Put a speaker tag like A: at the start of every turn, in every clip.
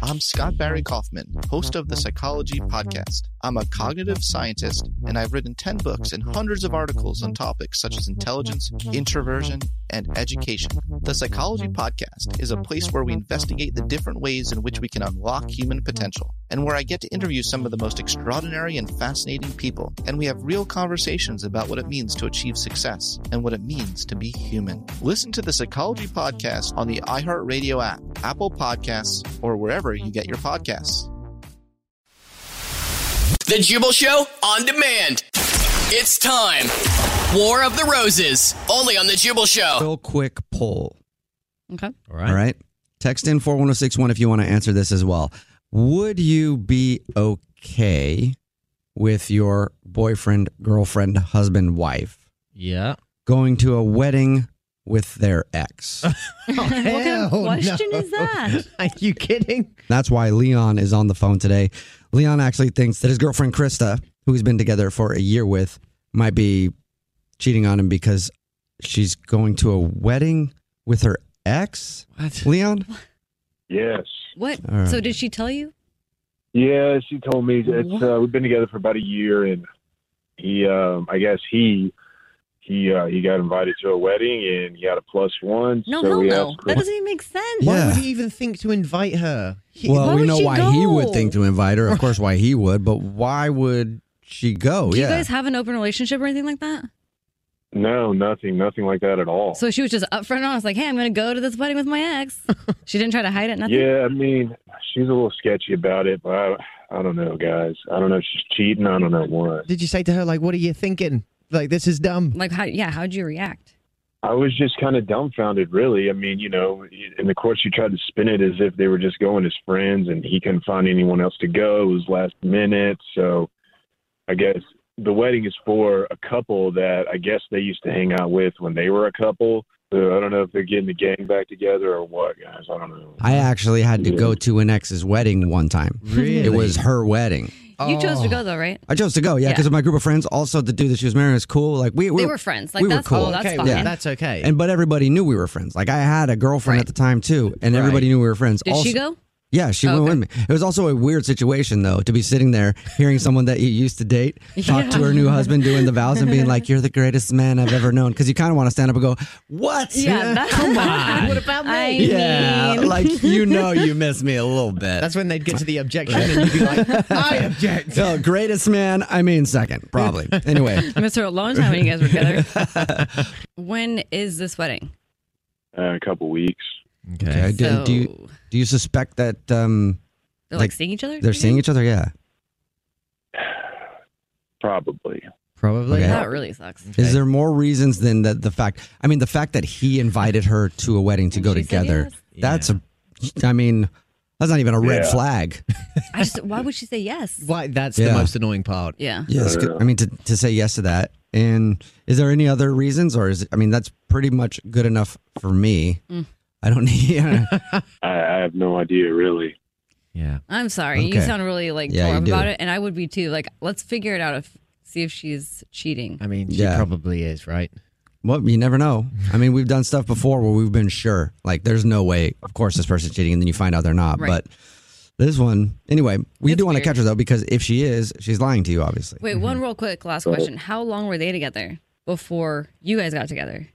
A: I'm Scott Barry Kaufman, host of the Psychology Podcast. I'm a cognitive scientist, and I've written 10 books and hundreds of articles on topics such as intelligence, introversion, and education. The Psychology Podcast is a place where we investigate the different ways in which we can unlock human potential, and where I get to interview some of the most extraordinary and fascinating people, and we have real conversations about what it means to achieve success and what it means to be human. Listen to the Psychology Podcast on the iHeartRadio app, Apple Podcasts, or wherever you get your podcasts.
B: The Jubal Show on demand. It's time. War of the Roses, only on The Jubal Show.
C: real quick poll.
D: Okay.
E: All
C: All right. Text in 41061 if you want to answer this as well. Would you be okay with your boyfriend, girlfriend, husband, wife
E: Yeah.
C: going to a wedding with their ex?
D: what kind of question is that?
E: Are you kidding?
C: That's why Leon is on the phone today. Leon actually thinks that his girlfriend, Krista, who he's been together for a year with, might be cheating on him because she's going to a wedding with her ex.
E: What?
C: Leon?
F: Yes.
D: What?
C: All right.
D: So did she tell you?
F: Yeah, she told me it's uh, we've been together for about a year, and he, um, I guess he, he, uh, he got invited to a wedding, and he had a plus one.
D: No,
F: so
D: hell
F: we
D: no.
F: asked
D: That
F: Chris-
D: doesn't even make sense.
C: Yeah.
E: Why would he even think to invite her? He-
C: Well,
D: why
C: we
D: would
C: know
D: she
C: why he would
D: go?
C: think to invite her. Of course, why he would, but why would she go?
D: Do
C: yeah.
D: you guys have an open relationship or anything like that?
F: no, nothing, nothing like that at all.
D: So she was just upfront and honest, like, hey, I'm going to go to this wedding with my ex. she didn't try to hide it, nothing.
F: yeah, I mean, she's a little sketchy about it, but I, I don't know, guys. I don't know if she's cheating. I don't know what.
E: Did you say to her, like, what are you thinking? Like, this is dumb.
D: Like, how, yeah, how'd you react?
F: I was just kind of dumbfounded, really. I mean, you know, and of course, you tried to spin it as if they were just going as friends, and he couldn't find anyone else to go. It was last minute, so I guess the wedding is for a couple that I guess they used to hang out with when they were a couple. So I don't know if they're getting the gang back together or what, guys. I don't know.
C: I actually had to go to an ex's wedding one time.
E: Really? Oh,
C: It was her wedding.
D: You chose to go, though, right?
C: I chose to go, yeah,
D: Yeah.
C: because of my group of friends. Also, the dude that she was marrying was cool. Like we, we
D: they were friends. Like,
C: we were
D: that's
C: cool.
D: oh, that's
E: okay,
D: fine.
E: well, that's okay.
C: and but everybody knew we were friends. Like I had a girlfriend
D: Right.
C: at the time too, and everybody
E: Right.
C: knew we were friends.
D: Did
C: Also-
D: she go?
C: Yeah, she
D: Okay.
C: went with me. It was also a weird situation though to be sitting there hearing someone that you used to date talk to
D: Yeah.
C: her new husband doing the vows and being like, "You're the greatest man I've ever known," because you kind of want to stand up and go, "What?
D: Yeah, that-
C: come on."
D: What about me? I
C: yeah,
D: mean,
C: like you know, you miss me a little bit.
E: That's when they'd get to the objection and you'd be like, I object.
C: so greatest man. I mean, second probably. Anyway,
D: I missed her a long time when you guys were together. when is this wedding?
F: Uh, a couple weeks.
C: okay. Do, do you
D: So-
C: do you suspect that um,
D: They're like,
C: Like,
D: seeing each other?
C: they're seeing each other? Yeah.
F: Probably.
E: Probably.
C: Okay.
D: That really sucks.
C: Is there more reasons than that the fact? I mean, the fact that he invited her to a wedding to
D: And
C: go
D: she said
C: together. That's a. I mean, that's not even a red
F: Yeah.
C: flag.
D: I just why would she say yes?
E: Why? That's
C: Yeah.
E: the most annoying part.
D: Yeah.
C: Yes, I mean to, to say yes to that. And is there any other reasons, or is it, I mean that's pretty much good enough for me.
D: Mm.
C: I don't need.
F: I, I have no idea, really.
E: Yeah.
D: I'm sorry. You
C: Okay.
D: sound really like
C: Yeah,
D: tore
C: you
D: up
C: do.
D: about it, and I would be too. Like, let's figure it out. If see if she's cheating.
E: I mean, she
C: Yeah.
E: probably is, right?
C: Well, you never know. I mean, we've done stuff before where we've been sure, like, there's no way, of course, this person's cheating, and then you find out they're not.
D: Right.
C: But this one, anyway, we
D: It's
C: do want to
D: weird.
C: catch her though, because if she is, she's lying to you, obviously.
D: Wait, one real quick last question. How long were they together before you guys got together?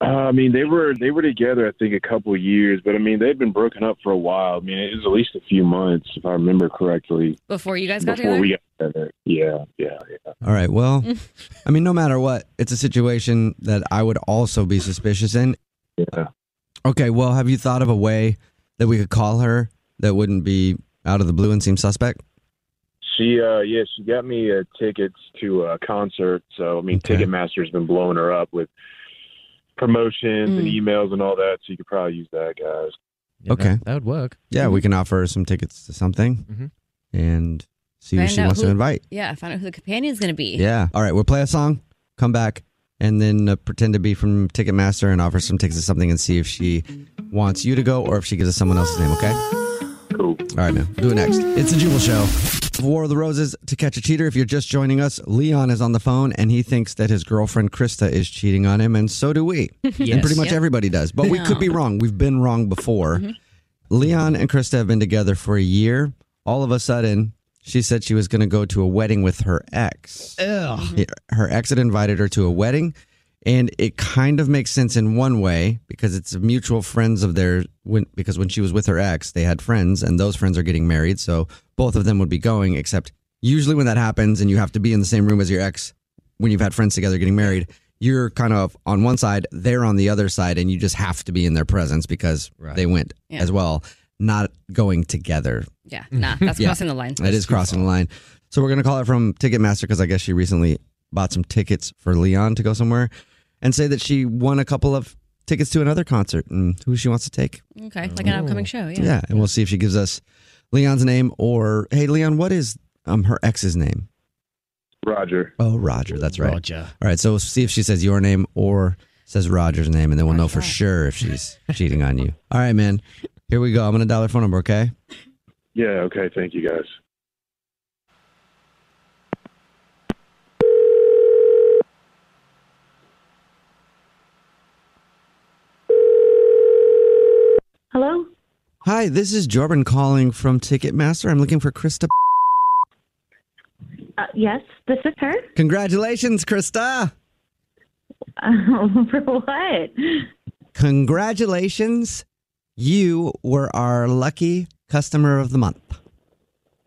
F: Uh, I mean, they were they were together, I think, a couple of years, but I mean, they'd been broken up for a while. I mean, it was at least a few months, if I remember correctly,
D: Before you guys got
F: before
D: together?
F: we got together. Yeah, yeah, yeah.
C: All right. Well, I mean, no matter what, it's a situation that I would also be suspicious in.
F: yeah.
C: Okay. Well, have you thought of a way that we could call her that wouldn't be out of the blue and seem suspect?
F: She, uh, yeah, she got me uh, tickets to a concert. So I mean,
C: Okay.
F: Ticketmaster's been blowing her up with promotions and
D: Mm.
F: emails and all that. So you could probably use that, guys.
E: Yeah,
C: Okay.
E: That, that would work.
C: Yeah,
D: Mm-hmm.
C: we can offer her some tickets to something
E: Mhm.
C: and see who
D: Find
C: she
D: out
C: wants
D: who-
C: to invite.
D: Yeah, find out who the companion's gonna be.
C: Yeah. All right, we'll play a song, come back, and then uh, pretend to be from Ticketmaster and offer some tickets to something and see if she wants you to go or if she gives us someone else's name, okay?
F: Cool.
C: All right, man. We'll do it next. It's the Jubal Show. War of the Roses to catch a cheater. If you're just joining us, Leon is on the phone and he thinks that his girlfriend Krista is cheating on him, and so do we. And pretty much everybody does. But we could be wrong. We've been wrong before. Leon and Krista have been together for a year. All of a sudden, she said she was going to go to a wedding with her ex. Yeah, Her ex had invited her to a wedding, and it kind of makes sense in one way because it's mutual friends of theirs. When, because when she was with her ex, they had friends, and those friends are getting married, so both of them would be going. Except usually when that happens, and you have to be in the same room as your ex when you've had friends together getting married. You're kind of on one side, they're on the other side, and you just have to be in their presence because
E: Right.
C: they went
D: Yeah.
C: as well. Not going together
D: Yeah. Nah, that's
C: Yeah.
D: crossing the line.
C: that is crossing the line. So we're gonna call it from Ticketmaster because I guess she recently bought some tickets for Leon to go somewhere, and say that she won a couple of tickets to another concert and who she wants to take.
D: Okay. Like an upcoming show, yeah.
C: Oh, Yeah, and we'll see if she gives us Leon's name or hey Leon, what is um her ex's name?
F: Roger.
C: Oh Roger, that's right.
E: Roger.
C: All right, so we'll see if she says your name or says Roger's name, and then we'll know for
D: Roger.
C: sure if she's cheating on you. All right, man. Here we go. I'm gonna dial her phone number. Okay.
F: Yeah. Okay. Thank you, guys.
G: Hello?
C: Hi, this is Jordan calling from Ticketmaster. I'm looking for Krista
G: Uh, yes, this is her.
C: Congratulations, Krista.
G: Um, for what?
C: Congratulations. You were our lucky customer of the month.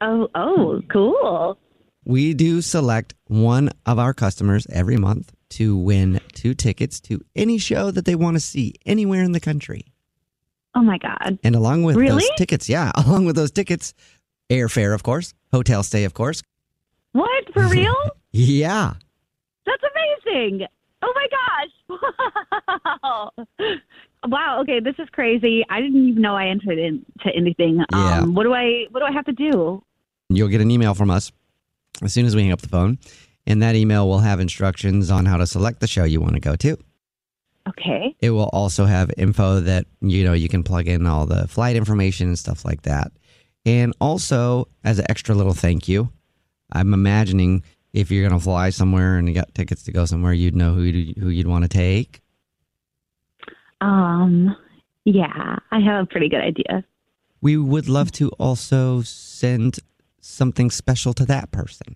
G: Oh, oh, cool.
C: We do select one of our customers every month to win two tickets to any show that they want to see anywhere in the country.
G: Oh my God.
C: And along with those
G: Really?
C: tickets, yeah, along with those tickets, airfare, of course, hotel stay, of course.
G: What? For real?
C: Yeah.
G: That's amazing. Oh my gosh. Wow. Wow. Okay, this is crazy. I didn't even know I entered into anything.
C: Yeah.
G: Um, what do I? What do I have to do?
C: You'll get an email from us as soon as we hang up the phone. And that email will have instructions on how to select the show you want to go to.
G: Okay.
C: It will also have info that you know you can plug in all the flight information and stuff like that. And also, as an extra little thank you, I'm imagining if you're gonna fly somewhere and you got tickets to go somewhere, you'd know who you'd, who you'd want to take.
G: Um. Yeah, I have a pretty good idea.
C: We would love to also send something special to that person: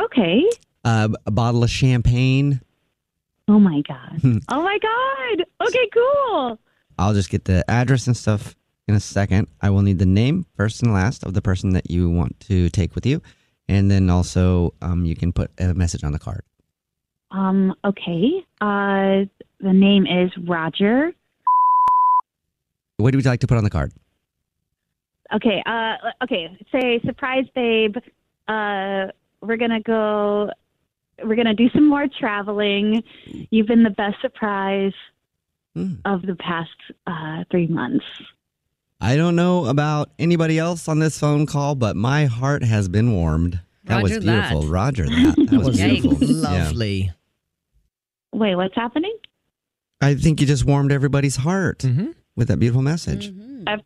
G: Okay.
C: uh, a bottle of champagne. Hmm.
G: Oh my God. oh my God. Okay. Cool.
C: I'll just get the address and stuff in a second. I will need the name, first and last, of the person that you want to take with you. And then also, um, you can put a message on the card.
G: Um. Okay. Uh. The name is Roger.
C: What do you like to put on the card?
G: Okay. Uh, okay. Say surprise, babe. Uh, we're gonna go. We're gonna do some more traveling. You've been the best surprise
C: Hmm.
G: of the past uh, three months.
C: I don't know about anybody else on this phone call, but my heart has been warmed. That was
D: Roger that.
C: beautiful. Roger that. That was
D: Yikes.
C: beautiful. Yeah.
E: Lovely.
G: Wait, what's happening?
C: I think you just warmed everybody's heart
E: Mhm.
C: with that beautiful message.
D: Mhm.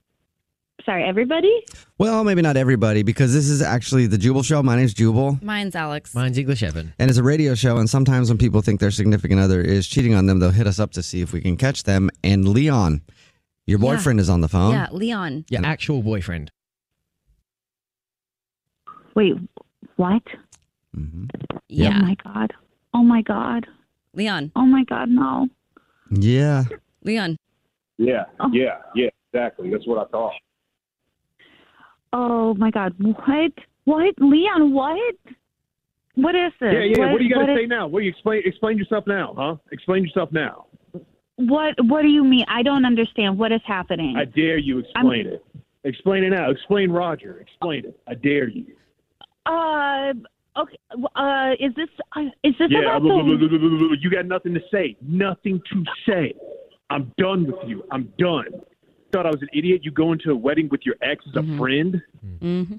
G: Sorry, everybody.
C: Well, maybe not everybody, because this is actually the Jubal Show. My name's Jubal.
D: Mine's Alex.
E: Mine's English Evan.
C: And it's a radio show, and sometimes when people think their significant other is cheating on them, they'll hit us up to see if we can catch them. And Leon, your
D: Yeah.
C: boyfriend is on the phone.
D: yeah, Leon.
E: Your actual boyfriend.
G: Wait, what?
C: Mhm.
D: Yeah.
G: Oh my god. Oh my god.
D: Leon.
G: Oh my god. No.
C: Yeah.
D: Leon.
F: Yeah.
G: Oh.
F: Yeah. Yeah. Exactly. That's what I thought.
G: Oh my god. What? What? Leon? What? What is this?
F: Yeah. Yeah. What, do you got
G: what
F: to
G: is-
F: say now? What do you explain? Explain yourself now, huh? Explain yourself now.
G: What What do you mean? I don't understand. What is happening?
H: I dare you explain it. Explain it now. Explain Roger. Explain it. I dare you.
G: Uh, okay. Uh, is this uh, is this
H: yeah,
G: about
H: blah, blah, blah,
G: the?
H: blah, blah, blah, blah. you got nothing to say. Nothing to say. I'm done with you. I'm done. Thought I was an idiot. You going to a wedding with your ex as a friend?
C: Mm-hmm.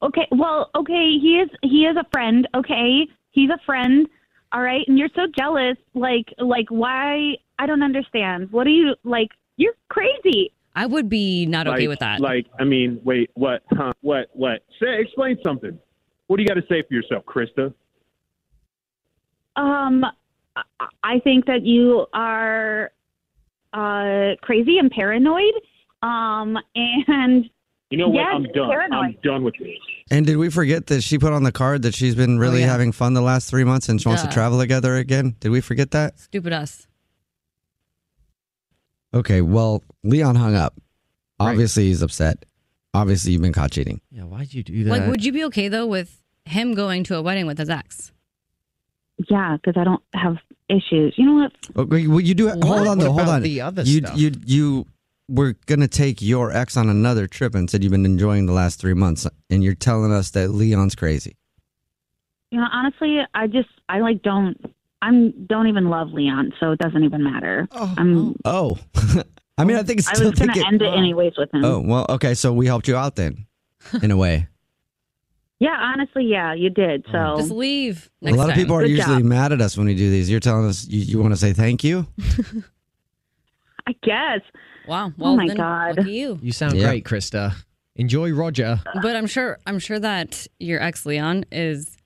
G: Okay. Well, okay. He is he is a friend. Okay, he's a friend. All right, and you're so jealous. Like like why? I don't understand. What do you like? You're crazy.
D: I would be not okay
H: Like-
D: with that.
H: Like, I mean, wait, what? Huh? What? What? Say, explain something. What do you got to say for yourself, Krista?
G: Um, I- I think that you are uh crazy and paranoid. Um, and
H: You know what?
G: Yes,
H: I'm done. I'm
G: paranoid.
H: done with this.
C: And did we forget that she put on the card that she's been really having fun the last three months and she wants to
D: Oh, Duh.
C: travel together again? Did we forget that?
D: Stupid us.
C: Okay, well, Leon hung up. Obviously, he's upset. Obviously, you've been caught cheating.
E: Yeah, why'd you do that?
D: Like, would you be okay though with him going to a wedding with his ex?
G: yeah, because I don't have issues. You know what?
C: Okay, well, you do. Hold on,
G: What
C: though. Hold
G: about
C: on.
G: the other
C: you,
G: stuff?
C: you, you were gonna take your ex on another trip and said you've been enjoying the last three months, and you're telling us that Leon's crazy.
G: You know, honestly, I just I like don't I'm don't even love Leon, so it doesn't even matter. I'm
C: Oh, I mean, I think it's
G: I
C: still
G: was gonna
C: think
G: end it anyways with him.
C: Oh well, okay. So we helped you out then, in a way.
G: Yeah, honestly, yeah, you did. So
D: Just leave.
C: a lot of people are
G: Good
C: usually
G: job.
C: mad at us when we do these. You're telling us you, you want to say thank you.
G: I guess.
D: Wow.
G: oh
D: well,
G: my
D: then
G: god.
D: lucky you.
E: You sound
C: Yeah.
E: great, Krista. Enjoy Roger.
D: But I'm sure I'm sure that your ex Leon is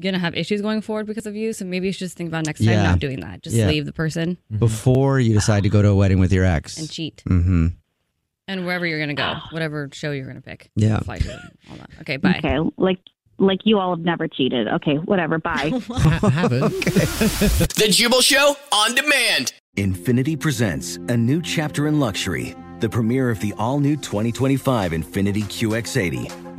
D: gonna have issues going forward because of you. So maybe you should just think about next time
C: Yeah.
D: not doing that. Just
C: Yeah. Mm-hmm.
D: leave the person
C: Before you decide to go to a wedding with your ex.
D: and cheat.
C: Mm-hmm. Ah.
D: And wherever you're gonna go, whatever show you're gonna pick.
C: Yeah.
D: Flight or all that. Okay, bye.
G: Okay, like like you all have never cheated. Okay, whatever. Bye.
B: The Jubal Show on demand.
I: Infinity presents a new chapter in luxury, the premiere of the all new 2025 Infinity QX80,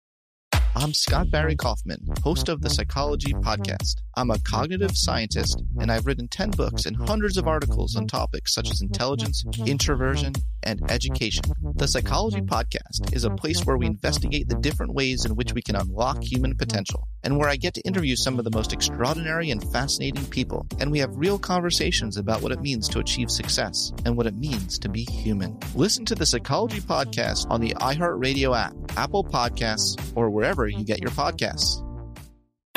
A: I'm Scott Barry Kaufman, host of the Psychology Podcast. I'm a cognitive scientist, and I've written 10 books and hundreds of articles on topics such as intelligence, introversion, and education. The Psychology Podcast is a place where we investigate the different ways in which we can unlock human potential, and where I get to interview some of the most extraordinary and fascinating people, and we have real conversations about what it means to achieve success and what it means to be human. Listen to the Psychology Podcast on the iHeartRadio app, Apple Podcasts, or wherever you get your podcasts.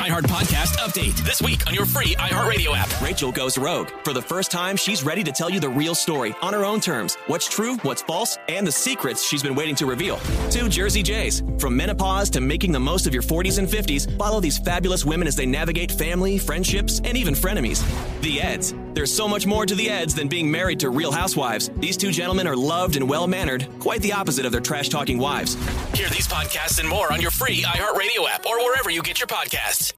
J: iHeart Podcast update. This week on your free iHeartRadio app, Rachel goes rogue. For the first time, she's ready to tell you the real story on her own terms what's true, what's false, and the secrets she's been waiting to reveal. Two Jersey Jays. From menopause to making the most of your 40s and 50s, follow these fabulous women as they navigate family, friendships, and even frenemies. The Eds. There's so much more to the Eds than being married to real housewives. These two gentlemen are loved and well mannered, quite the opposite of their trash talking wives.
K: Hear these podcasts and more on your free iHeartRadio app or wherever you get your podcasts.